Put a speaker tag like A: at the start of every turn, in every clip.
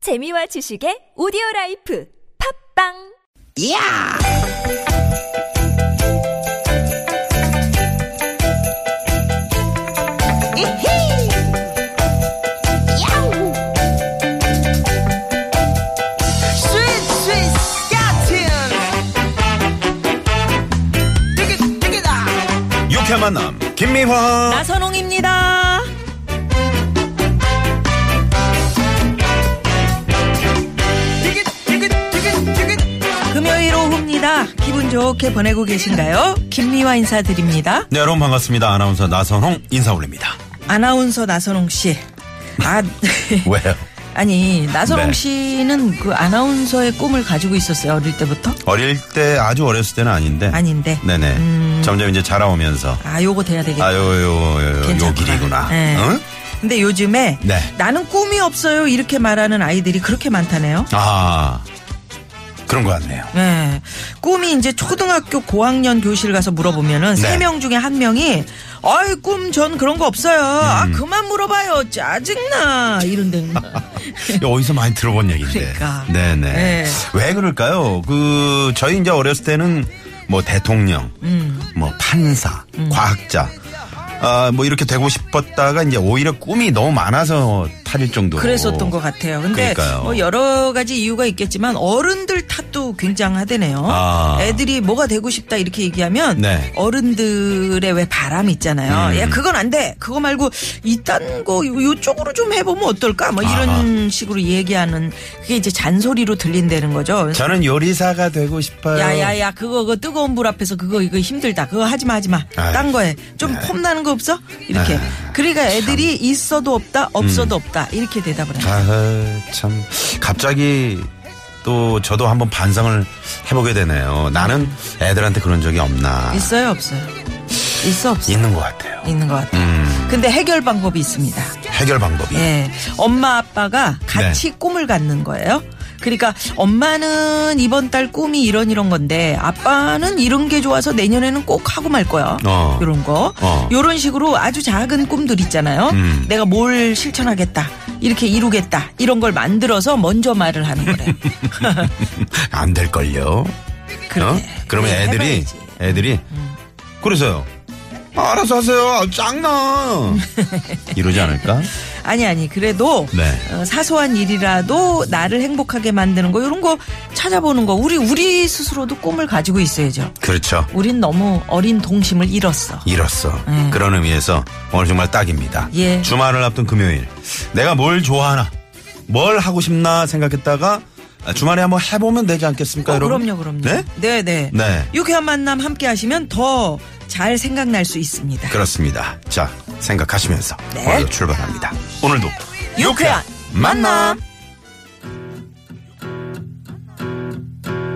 A: 재미와 지식의 오디오 라이프 팝빵!
B: 이야! 이히! 야우! 스윗, 스윗, 스카틴! 띠기, 띠기다!
C: 유쾌한 만남 김미화
D: 나선홍입니다.
B: 띠기, 띠기, 띠기, 띠기!
D: 금요일 오후입니다. 기분 좋게 보내고 계신가요? 김미화 인사드립니다.
C: 네 여러분 반갑습니다 아나운서 나선홍 인사 올립니다
D: 아나운서 나선홍 씨. 아,
C: 왜요?
D: 아니, 나선홍
C: 네.
D: 씨는 그 아나운서의 꿈을 가지고 있었어요. 어릴 때부터?
C: 어릴 때 아주 어렸을 때는 아닌데
D: 아닌데.
C: 네네
D: 음.
C: 점점 이제 자라오면서
D: 아, 요거 돼야 되겠다.
C: 아요요요 요,
D: 괜찮구나.
C: 길이구나
D: 네.
C: 응?
D: 근데 요즘에
C: 네.
D: 나는 꿈이 없어요. 이렇게 말하는 아이들이 그렇게 많다네요.
C: 아 그런 것 같네요
D: 네. 꿈이 이제 초등학교 고학년 교실 가서
C: 네.
D: 물어보면은 세 명 중에 한 명이 아이 꿈 전 그런 거 없어요.
C: 음.
D: 아 그만 물어봐요. 짜증나. 이런데.
C: 이거 어디서 많이 들어본 얘기인데
D: 그러니까.
C: 네네
D: 네.
C: 왜 그럴까요? 그 저희 이제 어렸을 때는 뭐 대통령
D: 음.
C: 뭐 판사 과학자 아, 뭐 이렇게 되고 싶었다가 이제 오히려 꿈이 너무 많아서 탈일 정도로
D: 그랬었던 것 같아요. 근데
C: 그러니까요.
D: 뭐 여러 가지 이유가 있겠지만 어른들 탓도 굉장하대네요.
C: 아.
D: 애들이 뭐가 되고 싶다 이렇게 얘기하면
C: 네.
D: 어른들의 왜 바람 있잖아요.
C: 음.
D: 야 그건 안 돼. 그거 말고 이딴 거 요- 요쪽으로 좀 해보면 어떨까? 뭐 이런
C: 아하.
D: 식으로 얘기하는 그게 이제 잔소리로 들린다는 거죠.
C: 저는 요리사가 되고 싶어요.
D: 야야야 그거 그거 뜨거운 불 앞에서 그거 이거 힘들다 그거 하지마 하지마
C: 아유. 네.
D: 딴 거에 좀 폼나는 거 없어 이렇게 그러니까 애들이 있어도 없다
C: 음.
D: 없어도 없다 이렇게 대답을 해요
C: 아, 참 갑자기 또 저도 한번 반성을 해보게 되네요. 나는 애들한테 그런 적이 없나?
D: 있어요 없어요 있어 없어
C: 있는 것 같아요.
D: 있는 것 같아요
C: 예. 음.
D: 근데 해결 방법이 있습니다
C: 해결 방법이.
D: 예 엄마 아빠가 같이
C: 네.
D: 꿈을 갖는 거예요 그러니까 엄마는 이번 달 꿈이 이런 이런 건데 아빠는 이런 게 좋아서 내년에는 꼭 하고 말 거야
C: 어.
D: 이런 거
C: 어.
D: 이런 식으로 아주 작은 꿈들 있잖아요.
C: 음.
D: 내가 뭘 실천하겠다, 이렇게 이루겠다, 이런 걸 만들어서 먼저 말을 하는 거래.
C: 안 될걸요.
D: 그래.
C: 어? 그러면
D: 예,
C: 애들이
D: 해봐야지. 음.
C: 애들이 그래서요. 아, 알아서 하세요. 아, 짱나. 이러지 않을까?
D: 아니 아니 그래도
C: 네.
D: 어, 사소한 일이라도 나를 행복하게 만드는 거 이런 거 찾아보는 거 우리 우리 스스로도 꿈을 가지고 있어야죠.
C: 그렇죠.
D: 우린 너무 어린 동심을 잃었어.
C: 이뤘어. 그런 의미에서 오늘 정말 딱입니다.
D: 네. 예.
C: 주말을 앞둔 금요일. 내가 뭘 좋아하나, 뭘 하고 싶나 생각했다가 주말에 한번 해보면 되지 않겠습니까,
D: 어,
C: 여러분?
D: 그럼요 그럼요.
C: 네?
D: 네 네.
C: 네.
D: 유쾌한 만남 함께 하시면 더 잘 생각날 수 있습니다.
C: 그렇습니다. 자, 생각하시면서 오늘도 출발합니다. 오늘도
D: 네. 유쾌한
C: 만남.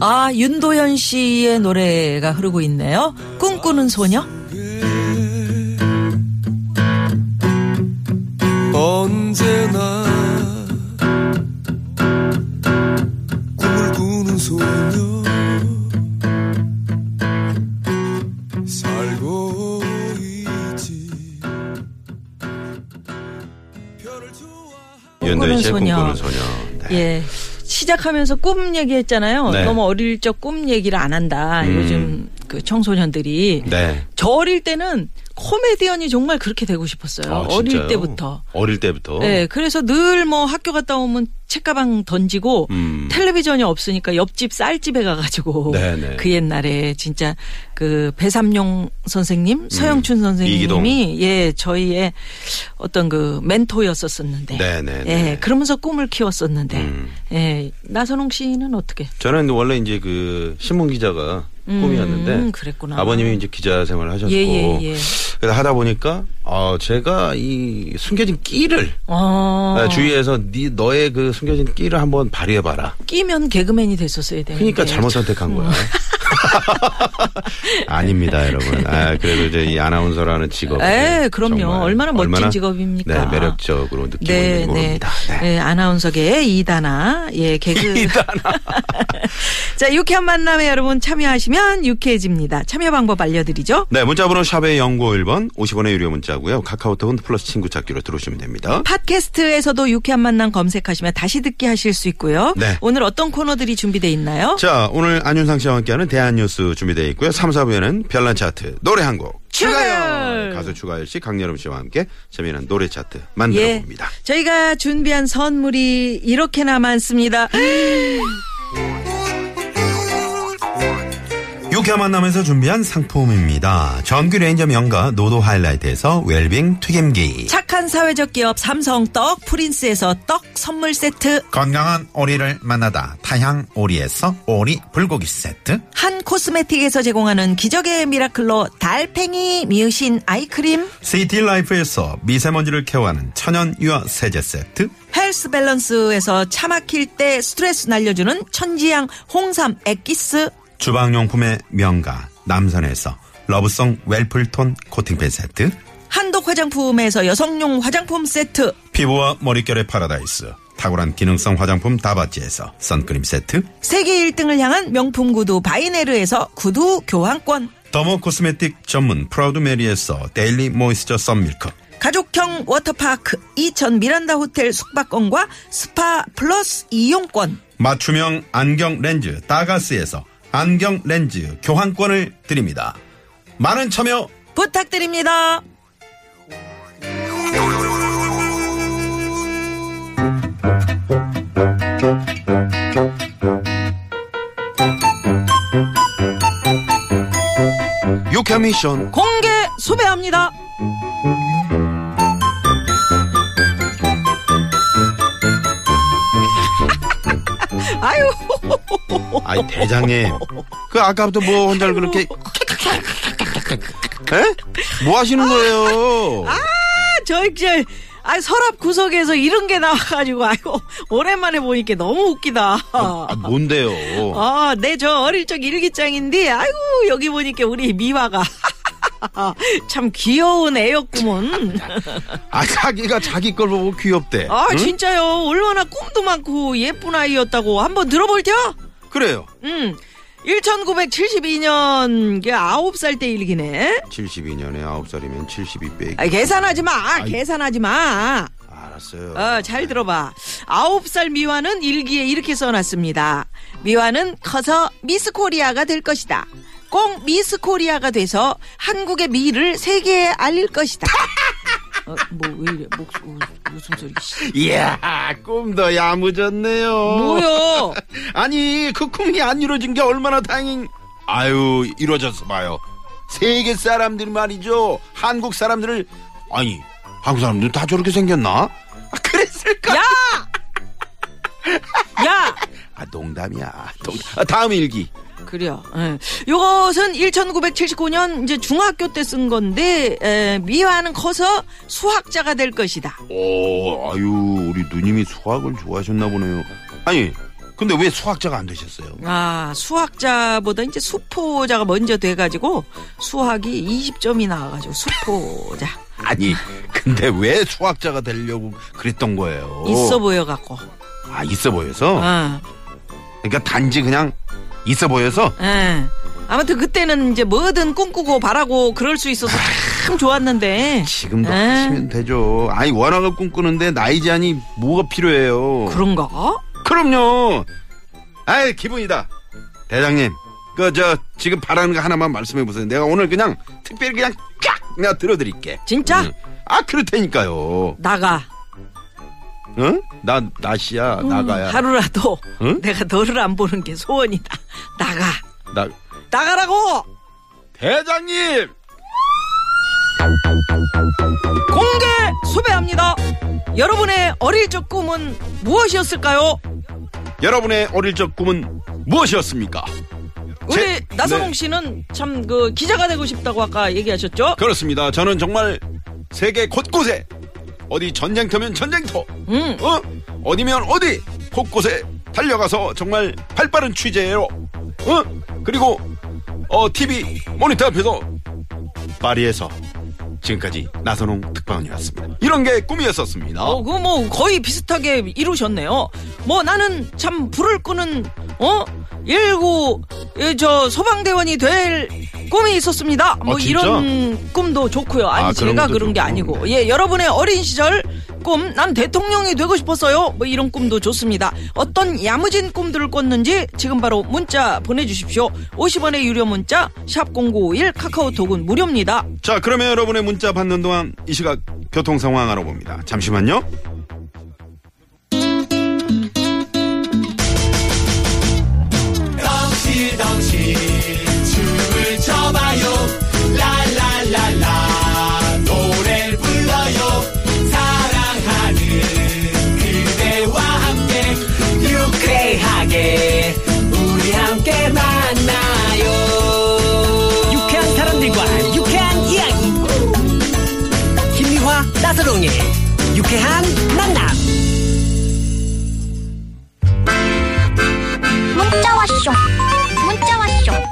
D: 아, 윤도현 씨의 노래가 흐르고 있네요. 꿈꾸는 소녀?
E: 언제나 꿈을 꾸는 소녀 살고 있지 별을 좋아
D: 꿈꾸는 소녀. 예. 시작하면서 꿈 얘기했잖아요.
C: 네. 음.
D: 너무 어릴 적 꿈 얘기를 안 한다. 요즘 그 청소년들이.
C: 네.
D: 저 어릴 때는 코미디언이 정말 그렇게 되고 싶었어요.
C: 아,
D: 어릴 때부터.
C: 어릴 때부터.
D: 네, 그래서 늘 뭐 학교 갔다 오면 책가방 던지고
C: 음.
D: 텔레비전이 없으니까 옆집 쌀집에 가가지고
C: 네네.
D: 그 옛날에 진짜 그 배삼룡 선생님,
C: 음.
D: 서영춘 선생님이 예 저희의 어떤 그 멘토였었었는데,
C: 네네네. 음.
D: 예 그러면서 꿈을 키웠었는데, 예 나선홍 씨는 어떻게?
F: 저는 원래 이제 그 신문 기자가 꿈이었는데
D: 음, 그랬구나.
F: 아버님이 이제 기자 생활을 하셨고
D: 예, 예, 예.
C: 네,
F: 그래서 하다 보니까 아 제가 이 숨겨진 끼를
D: 어,
F: 아, 주위에서 네 너의 그 숨겨진 끼를 한번 발휘해 봐라.
D: 끼면 개그맨이 됐었어야 되는데.
C: 그러니까
D: 음.
F: 그러니까 잘못 선택한 거야.
C: 아닙니다, 여러분. 아, 그래도 이제 이 아나운서라는 직업.
D: 에, 그럼요. 얼마나 멋진 직업입니까?
C: 네, 매력적으로 느끼고
D: 네,
C: 있는
D: 네.
C: 겁니다. 네.
D: 네, 아나운서계의 이다나, 예, 개그. 이다나. 자, 유쾌한 만남에 여러분 참여하시면 유쾌해집니다. 참여 방법 알려드리죠.
C: 네, 문자번호 샵의 0951번 50원의 유료 문자고요. 카카오톡은 플러스 친구 찾기로 들어오시면 됩니다.
D: 팟캐스트에서도 유쾌한 만남 검색하시면 다시 듣기 하실 수 있고요.
C: 네.
D: 오늘 어떤 코너들이 준비돼 있나요?
C: 자, 오늘 안윤상 씨와 함께하는 대한뉴스 준비되어 있고요. 3, 4부에는 별난 차트, 노래 한 곡.
D: 추가열!
C: 가수 추가열 씨, 강여름 씨와 함께 재미난 노래 차트 만들어
D: 예.
C: 봅니다.
D: 저희가 준비한 선물이 이렇게나 많습니다.
C: 음.
G: 유쾌한 만남에서 준비한 상품입니다. 전규 레인저 명가 노도 하이라이트에서 웰빙 튀김기.
D: 착한 사회적 기업 삼성 떡 프린스에서 떡 선물 세트.
G: 건강한 오리를 만나다 타향 오리에서 오리 불고기 세트.
D: 한 코스메틱에서 제공하는 기적의 미라클로 달팽이 미으신 아이크림.
G: 시티 라이프에서 미세먼지를 케어하는 천연 유화 세제 세트.
D: 헬스 밸런스에서 차 막힐 때 스트레스 날려주는 천지향 홍삼 액기스.
G: 주방용품의 명가 남선에서 러브송 웰플톤 코팅팬 세트.
D: 한독 화장품에서 여성용 화장품 세트.
G: 피부와 머릿결의 파라다이스. 탁월한 기능성 화장품 다바지에서 선크림 세트.
D: 세계 1등을 향한 명품 구두 바이네르에서 구두 교환권.
G: 더모 코스메틱 전문 프라우드 메리에서 데일리 모이스처 썬밀크.
D: 가족형 워터파크 이천 미란다 호텔 숙박권과 스파 플러스 이용권.
G: 맞춤형 안경 렌즈 따가스에서 안경 렌즈 교환권을 드립니다. 많은 참여
D: 부탁드립니다.
C: 유쾌 미션.
D: 공개 수배합니다. 아유,
C: 아이 대장님 그 아까부터 뭐 혼자 그렇게 에? 뭐 하시는 거예요?
D: 저 이제 아 서랍 구석에서 이런 게 나와가지고 아이고 오랜만에 보니까 너무 웃기다.
C: 아, 뭔데요?
D: 아, 네, 저 어릴 적 일기장인데, 아이고, 여기 보니까 우리 미화가. 참 귀여운 애였구먼.
C: 아 자기가 자기 걸 보고 귀엽대.
D: 아,
C: 응?
D: 진짜요. 얼마나 꿈도 많고 예쁜 아이였다고 한번 들어볼 텨?
C: 그래요.
D: 음. 1972년, 게 9살 때 일기네.
C: 72년에 9살이면 72 빼기.
D: 아, 계산하지 마. 계산하지 마.
C: 알았어요.
D: 어, 잘 들어봐. 아홉 살 미화는 일기에 이렇게 써놨습니다. 미화는 커서 미스 코리아가 될 것이다. 꼭 미스 코리아가 돼서 한국의 미를 세계에 알릴 것이다. 어, 뭐왜 이래? 목, 우, 웃음 소리. 씨.
C: 이야 꿈도 야무졌네요.
D: 뭐요?
C: 아니 그 꿈이 안 이루어진 게 얼마나 다행인. 아유 이루어졌어 봐요. 세계 사람들 말이죠. 한국 사람들을 아니 한국 사람들 다 저렇게 생겼나? 아, 그랬을까?
D: 야! 야!
C: 아 농담이야. 농- 아, 다음 일기.
D: 그래요. 예. 요것은 1979년 이제 중학교 때 쓴 건데 에, 미화는 커서 수학자가 될 것이다.
C: 오 어, 아유 우리 누님이 수학을 좋아하셨나 보네요. 아니 근데 왜 수학자가 안 되셨어요?
D: 아, 수학자보다 이제 수포자가 먼저 돼가지고 수학이 20점이 나와가지고 수포자
C: 아니 근데 왜 수학자가 되려고 그랬던 거예요?
D: 있어 보여갖고.
C: 아 있어 보여서.
D: 어,
C: 그러니까 단지 그냥 있어 보여서
D: 예. 아무튼 그때는 이제 뭐든 꿈꾸고 바라고 그럴 수 있어서 참 좋았는데.
C: 지금도
D: 에?
C: 하시면 되죠. 아니 원학을 꿈꾸는데 나이 제한이 뭐가 필요해요?
D: 그런가?
C: 그럼, 요 아이 기분이다. 대장님, 그 저 지금 바라는 거 하나만 말씀해 보세요. 내가 오늘 그냥 특별히 그냥 쫙 내가 들어드릴게.
D: 진짜?
C: 응. 아 그렇다니까요.
D: 나가. 음,
C: 응? 나 나시야 나가야.
D: 하루라도
C: 응?
D: 내가 너를 안 보는 게 소원이다. 나가.
C: 나
D: 나가라고!
C: 대장님.
D: 공개 수배합니다. 여러분의 어릴 적 꿈은 무엇이었을까요?
C: 여러분의 어릴 적 꿈은 무엇이었습니까?
D: 우리
C: 제-
D: 나선홍
C: 네.
D: 씨는 참 그 기자가 되고 싶다고 아까 얘기하셨죠?
C: 그렇습니다. 저는 정말 세계 곳곳에 어디 전쟁터면 전쟁터,
D: 음.
C: 어? 어디면 어디 곳곳에 달려가서 정말 발빠른 취재로, 어? 그리고
F: 어, TV 모니터 앞에서 파리에서 지금까지 나선홍 특파원이었습니다. 이런 게 꿈이었었습니다.
D: 어, 그 뭐 거의 비슷하게 이루셨네요. 뭐 나는 참 불을 끄는 어 일구 예, 저 소방대원이 될 꿈이 있었습니다. 뭐
F: 아, 진짜?
D: 이런 꿈도 좋고요. 아니
F: 아, 그런
D: 제가
F: 것도
D: 그런 게
F: 좋고.
D: 아니고 예 여러분의 어린 시절 꿈 난 대통령이 되고 싶었어요. 뭐 이런 꿈도 좋습니다. 어떤 야무진 꿈들을 꿨는지 지금 바로 문자 보내주십시오. 50원의 유료 문자 샵 #0951 카카오톡은 무료입니다.
F: 자, 그러면 여러분의 문자 받는 동안 이 시각 교통 상황 알아봅니다. 잠시만요.
H: 유쾌하게 우리 함께 만나요 유쾌한 사람들과 유쾌한 이야기 김미화 나서롱의 유쾌한 만남
I: 문자 왔쇼 문자 왔쇼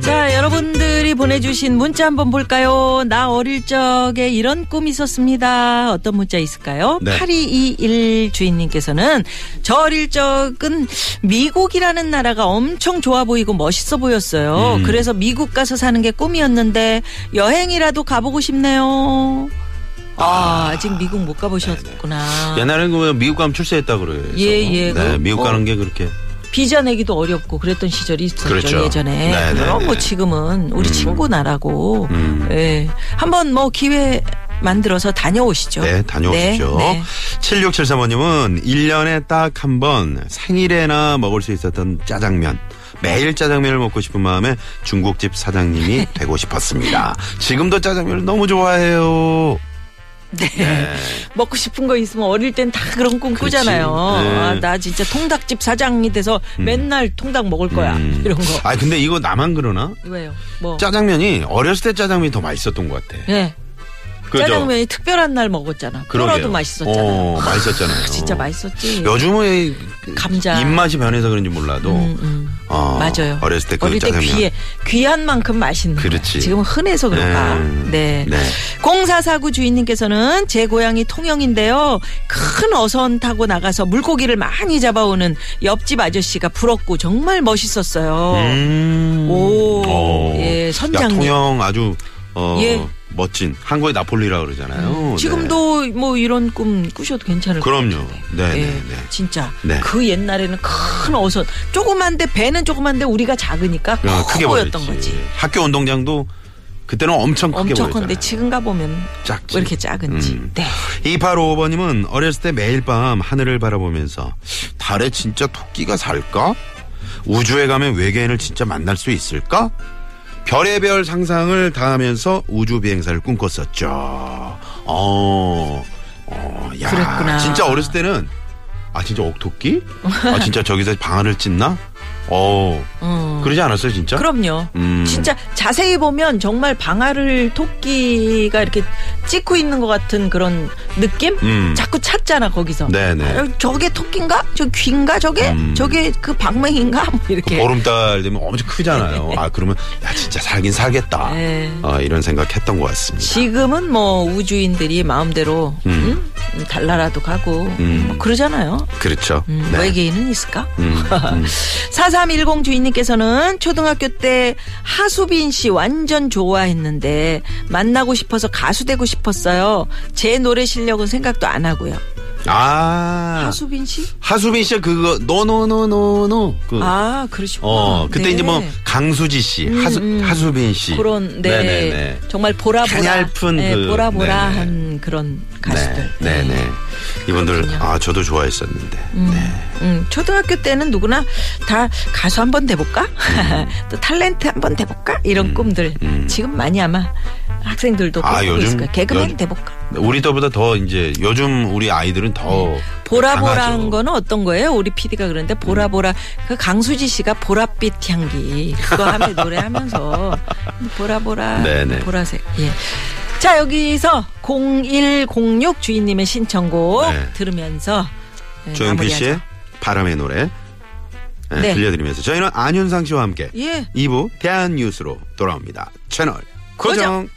D: 자, 여러분들이 보내주신 문자 한번 볼까요? 나 어릴 적에 이런 꿈이 있었습니다. 어떤 문자 있을까요?
F: 네.
D: 8221 주인님께서는 저 어릴 적은 미국이라는 나라가 엄청 좋아 보이고 멋있어 보였어요. 그래서 미국 가서 사는 게 꿈이었는데 여행이라도 가보고 싶네요. 아, 아직 미국 못 가보셨구나.
C: 옛날에는 그 미국 가면 출세했다 그래요.
D: 예,
C: 네,
D: 예. 그
C: 미국
D: 뭐-
C: 가는 게 그렇게.
D: 비자 내기도 어렵고 그랬던 시절이 있었죠
C: 그렇죠.
D: 예전에
C: 네, 네,
D: 그럼 뭐
C: 네.
D: 지금은 우리 친구 나라고
C: 음.
D: 예 한번 뭐 기회 만들어서 다녀오시죠
C: 네, 다녀오십시오.
D: 네, 네.
C: 7673번님은 1년에 딱 한 번 생일에나 먹을 수 있었던 짜장면. 매일 짜장면을 먹고 싶은 마음에 중국집 사장님이 되고 싶었습니다. 지금도 짜장면을 너무 좋아해요.
D: 네. 먹고 싶은 거 있으면 어릴 땐 다 그런 꿈
C: 네. 그렇지.
D: 꾸잖아요
C: 네.
D: 아, 나 진짜 통닭집 사장이 돼서 맨날 통닭 먹을 거야
C: 음.
D: 이런 거
C: 아, 근데 이거 나만 그러나?
D: 왜요 뭐
C: 짜장면이 어렸을 때 짜장면이 더 맛있었던 것 같아.
D: 네.
C: 그죠?
D: 짜장면이 특별한 날 먹었잖아
C: 그러게요.
D: 끓어도 맛있었잖아
C: 어, 맛있었잖아요.
D: 진짜 맛있었지
C: 요즘은
D: 감자.
C: 입맛이 변해서 그런지 몰라도
D: 음, 음.
C: 어,
D: 맞아요.
C: 어렸을 때그
D: 어릴 때
C: 짜장면.
D: 귀에 귀한 만큼 맛있는.
C: 그렇지.
D: 지금 은 흔해서 그런가.
C: 음,
D: 네.
C: 네.
D: 공사사구 주인님께서는 제 고향이 통영인데요. 큰 어선 타고 나가서 물고기를 많이 잡아오는 옆집 아저씨가 부럽고 정말 멋있었어요.
C: 음.
D: 오.
C: 어.
D: 예, 선장님.
C: 야, 통영 아주 어,
D: 예. 음,
C: 멋진 한국의 나폴리라 그러잖아요. 네.
D: 지금도 뭐 이런 꿈 꾸셔도 괜찮을 것
C: 그럼요.
D: 같은데.
C: 네,
D: 예,
C: 네, 네.
D: 진짜
C: 네.
D: 그 옛날에는 큰 어선 조그만데 배는 조그만데 우리가 작으니까
C: 야,
D: 커
C: 어, 크게
D: 보였던
C: 보였지.
D: 아, 거지.
C: 학교 운동장도 그때는 엄청 크게
D: 엄청
C: 보였잖아요.
D: 큰데 지금 가보면
C: 작지.
D: 왜 이렇게 작은지.
C: 음.
D: 네.
C: 2855번님은 어렸을 때 매일 밤 하늘을 바라보면서 달에 진짜 토끼가 살까? 우주에 가면 외계인을 진짜 만날 수 있을까? 별의별 상상을 다 하면서 우주 비행사를 꿈꿨었죠. 어, 어, 야.
D: 그랬구나.
C: 진짜 어렸을 때는, 아, 진짜 옥토끼? 아, 진짜 저기서 방안을 찢나? 어,
D: 음.
C: 그러지 않았어요, 진짜?
D: 그럼요.
C: 음.
D: 진짜 자세히 보면 정말 방아를 토끼가 이렇게 찍고 있는 것 같은 그런 느낌?
C: 음.
D: 자꾸 찾잖아 거기서.
C: 네네. 음.
D: 아, 저게 토끼인가? 저 귀인가? 저게? 저게 그 방맹인가? 뭐 이렇게.
C: 그 보름달 되면 엄청 크잖아요. 아, 그러면, 야, 진짜 살긴 살겠다.
D: 네.
C: 아, 이런 생각 했던 것 같습니다.
D: 지금은 뭐 우주인들이 마음대로 음. 달나라도 가고 뭐 그러잖아요.
C: 그렇죠.
D: 음,
C: 음. 네.
D: 외계인은 있을까?
C: 음,
D: 4310 주인님께서는 초등학교 때 하수빈 씨 완전 좋아했는데 만나고 싶어서 가수 되고 싶었어요. 제 노래 실력은 생각도 안 하고요.
C: 아.
D: 하수빈 씨?
C: 하수... 빈 씨가 그거, 노노노노노. 그,
D: 아, 그러시구나.
C: 어, 그때
D: 네.
C: 이제 뭐, 강수지 씨, 하수,
D: 음.
C: 하수빈 씨.
D: 그런 네.
C: 네네네.
D: 정말 보라보라
C: 갸냘픈
D: 네,
C: 그-
D: 보라보라한 그런 가수들.
C: 네, 네, 네. 이분들,
D: 그렇군요.
C: 아, 저도 좋아했었는데. 네.
D: 음, 초등학교 때는 누구나 다 가수 한 번 돼볼까? 또 탤런트 한 번 돼볼까? 이런 꿈들.
C: 음.
D: 지금 많이 아마 학생들도
C: 아,
D: 꿈꾸고
C: 요즘-
D: 있을 거예요. 개그맨
C: 요-
D: 돼볼까?
C: 우리 때보다 더 이제, 요즘 우리 아이들은 더.
D: 네. 보라보라한
C: 강하죠.
D: 거는 어떤 거예요? 우리 PD가 그런데 보라보라 그 강수지 씨가 보랏빛 향기 그거 하면 노래하면서 보라보라
C: 네네.
D: 보라색 예. 자 여기서 0106 주인님의 신청곡
C: 네.
D: 들으면서 예,
C: 조영필
D: 마무리하죠.
C: 씨의 바람의 노래. 예,
D: 네.
C: 들려드리면서 저희는 안윤상 씨와 함께
D: 예.
C: 2부 대한 뉴스로 돌아옵니다. 채널 고정.